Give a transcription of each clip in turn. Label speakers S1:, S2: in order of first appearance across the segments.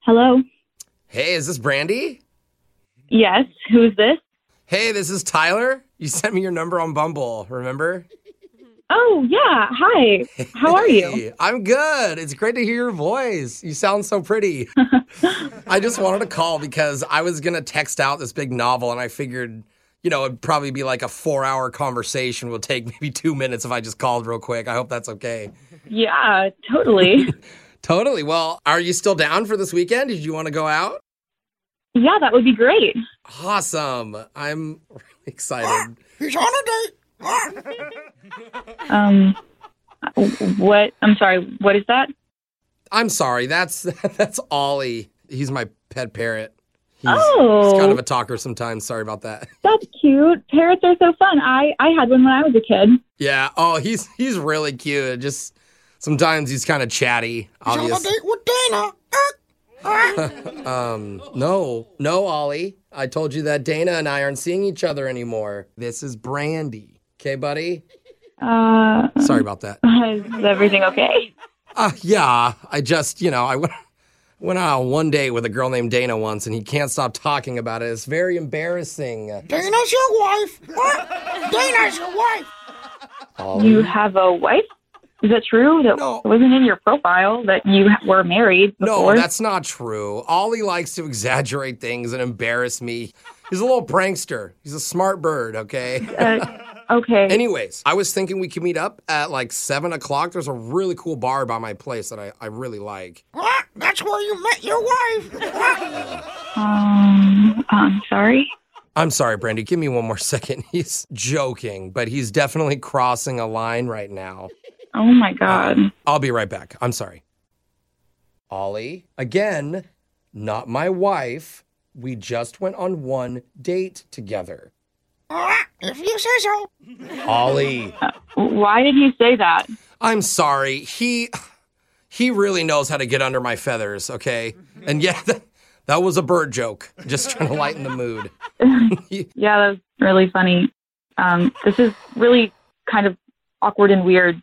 S1: Hello.
S2: Hey, is this Brandy?
S1: Yes. Who is this?
S2: Hey, this is Tyler. You sent me your number on Bumble, remember?
S1: Oh yeah. Hi. How are you?
S2: Hey, I'm good. It's great to hear your voice. You sound so pretty. I just wanted to call because I was going to text out this big novel and I figured, you know, it'd probably be like a four hour conversation, will take maybe two minutes if I just called real quick. I hope that's okay.
S1: Yeah. Totally.
S2: Totally. Well, are you still down for this weekend? Did you want to go out?
S1: yeah, that would be great.
S2: Awesome. I'm really excited.
S3: He's on a date.
S1: Um. What? I'm sorry. What is that?
S2: I'm sorry. That's that's Ollie. He's my pet parrot. He's,
S1: Oh.
S2: he's kind of a talker sometimes. Sorry about that.
S1: That's cute. Parrots are so fun. I I had one when I was a kid.
S2: Yeah. Oh, he's he's really cute. Just sometimes he's kind of chatty.
S3: He's on a
S2: Obvious.
S3: date with Dana.
S2: Um. No. No, Ollie. I told you that Dana and I aren't seeing each other anymore. This is Brandy. Okay, buddy.
S1: Uh.
S2: Sorry about that.
S1: Is everything okay?
S2: Uh, yeah, I just, you know, I went, went out on one date with a girl named Dana once, and he can't stop talking about it. It's very embarrassing.
S3: Dana's your wife. Dana's your wife.
S1: You have a wife. Is that true? That
S2: No.
S1: wasn't in your profile that you were married
S2: No,
S1: before.
S2: that's not true. Ollie likes to exaggerate things and embarrass me. He's a little prankster. He's a smart bird, okay?
S1: Uh, okay.
S2: Anyways, I was thinking we could meet up at like 7 o'clock. There's a really cool bar by my place that I, I really like.
S3: That's where you met your wife.
S1: um. I'm sorry.
S2: I'm sorry, Brandy. Give me one more second. He's joking, but he's definitely crossing a line right now.
S1: Oh my god.
S2: I'll be right back. I'm sorry. Ollie, again, not my wife. We just went on one date together.
S3: If you say so.
S2: Ollie,
S1: Why did you say that?
S2: I'm sorry. He he really knows how to get under my feathers, okay? And yeah, that, that was a bird joke. Just trying to lighten the mood.
S1: Yeah, that was really funny. Um, this is really kind of awkward and weird.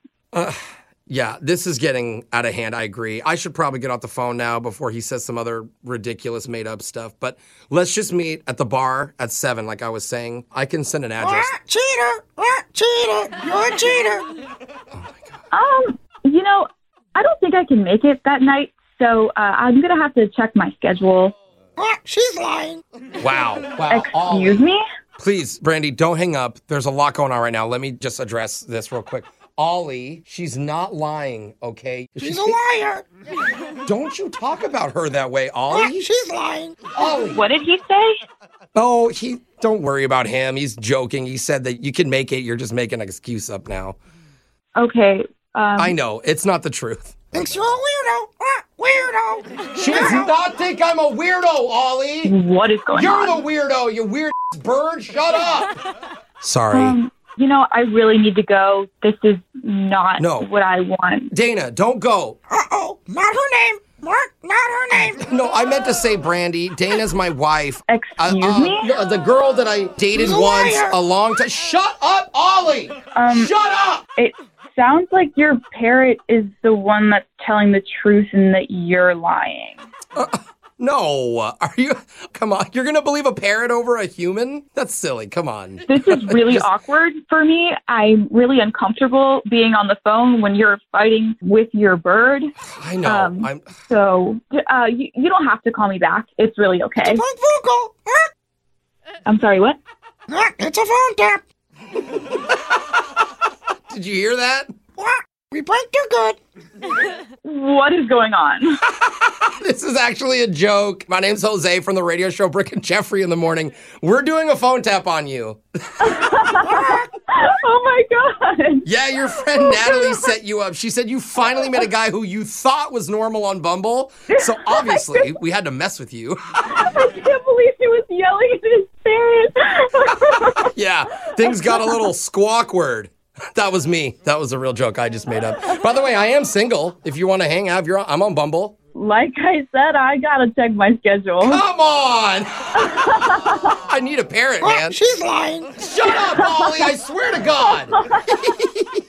S2: Yeah, this is getting out of hand. I agree. I should probably get off the phone now before he says some other ridiculous made up stuff. But let's just meet at the bar at 7 like I was saying. I can send an address.
S3: Cheater. Cheater. You're a cheater.
S1: Um, you know, I don't think I can make it that night, so uh, I'm gonna have to check my schedule.
S3: She's lying.
S2: Wow. Wow.
S1: Excuse me?
S2: Please, Brandy, don't hang up. There's a lot going on right now. Let me just address this real quick. Ollie, she's not lying, okay?
S3: She's a liar.
S2: Don't you talk about her that way, Ollie.
S3: She's lying.
S2: Ollie.
S1: What did he say?
S2: Oh, he don't worry about him. He's joking. He said that you can make it. You're just making an excuse up now.
S1: Okay. Um,
S2: I know. It's not the truth.
S3: Thinks you're a weirdo. Weirdo.
S2: She does not think I'm a weirdo, Ollie.
S1: what is going
S2: You're
S1: on?
S2: the weirdo, you weird bird. Shut up. Sorry.
S1: Um, you know, I really need to go. This is not
S2: No.
S1: what I want.
S2: Dana, don't go.
S3: Uh-oh. Not her name. Mark, not her name.
S2: No, I meant to say Brandy. Dana's my wife.
S1: Excuse
S2: Uh, uh,
S1: me?
S2: no, the girl that I dated
S3: Liar.
S2: once a long time. Shut up, Ollie. Shut up.
S1: Um, It sounds like your parrot is the one that's telling the truth and that you're lying.
S2: No, are you? Come on, you're gonna believe a parrot over a human? That's silly. Come on.
S1: This is really awkward for me. I'm really uncomfortable being on the phone when you're fighting with your bird.
S2: I know.
S1: Um,
S2: I'm.
S1: So uh, you, you don't have to call me back. It's really okay.
S3: Frank Vogel.
S1: I'm sorry, what?
S3: It's a phone tap.
S2: Did you hear that?
S3: We pranked her good.
S1: What is going on?
S2: This is actually a joke. My name's Jose from the radio show Brick and Jeffrey in the morning. We're doing a phone tap on you.
S1: oh my God.
S2: Yeah, your friend Natalie set you up. She said you finally met a guy who you thought was normal on Bumble. So obviously, we had to mess with you.
S1: I can't believe he was yelling at his parrot.
S2: yeah, things got a little squawk word. That was me. That was a real joke I just made up. By the way, I am single. If you want to hang out, if you're on, I'm on Bumble.
S1: like I said, I got to check my schedule.
S2: Come on. I need a parrot, man.
S3: She's lying.
S2: Shut up, Ollie. I swear to God.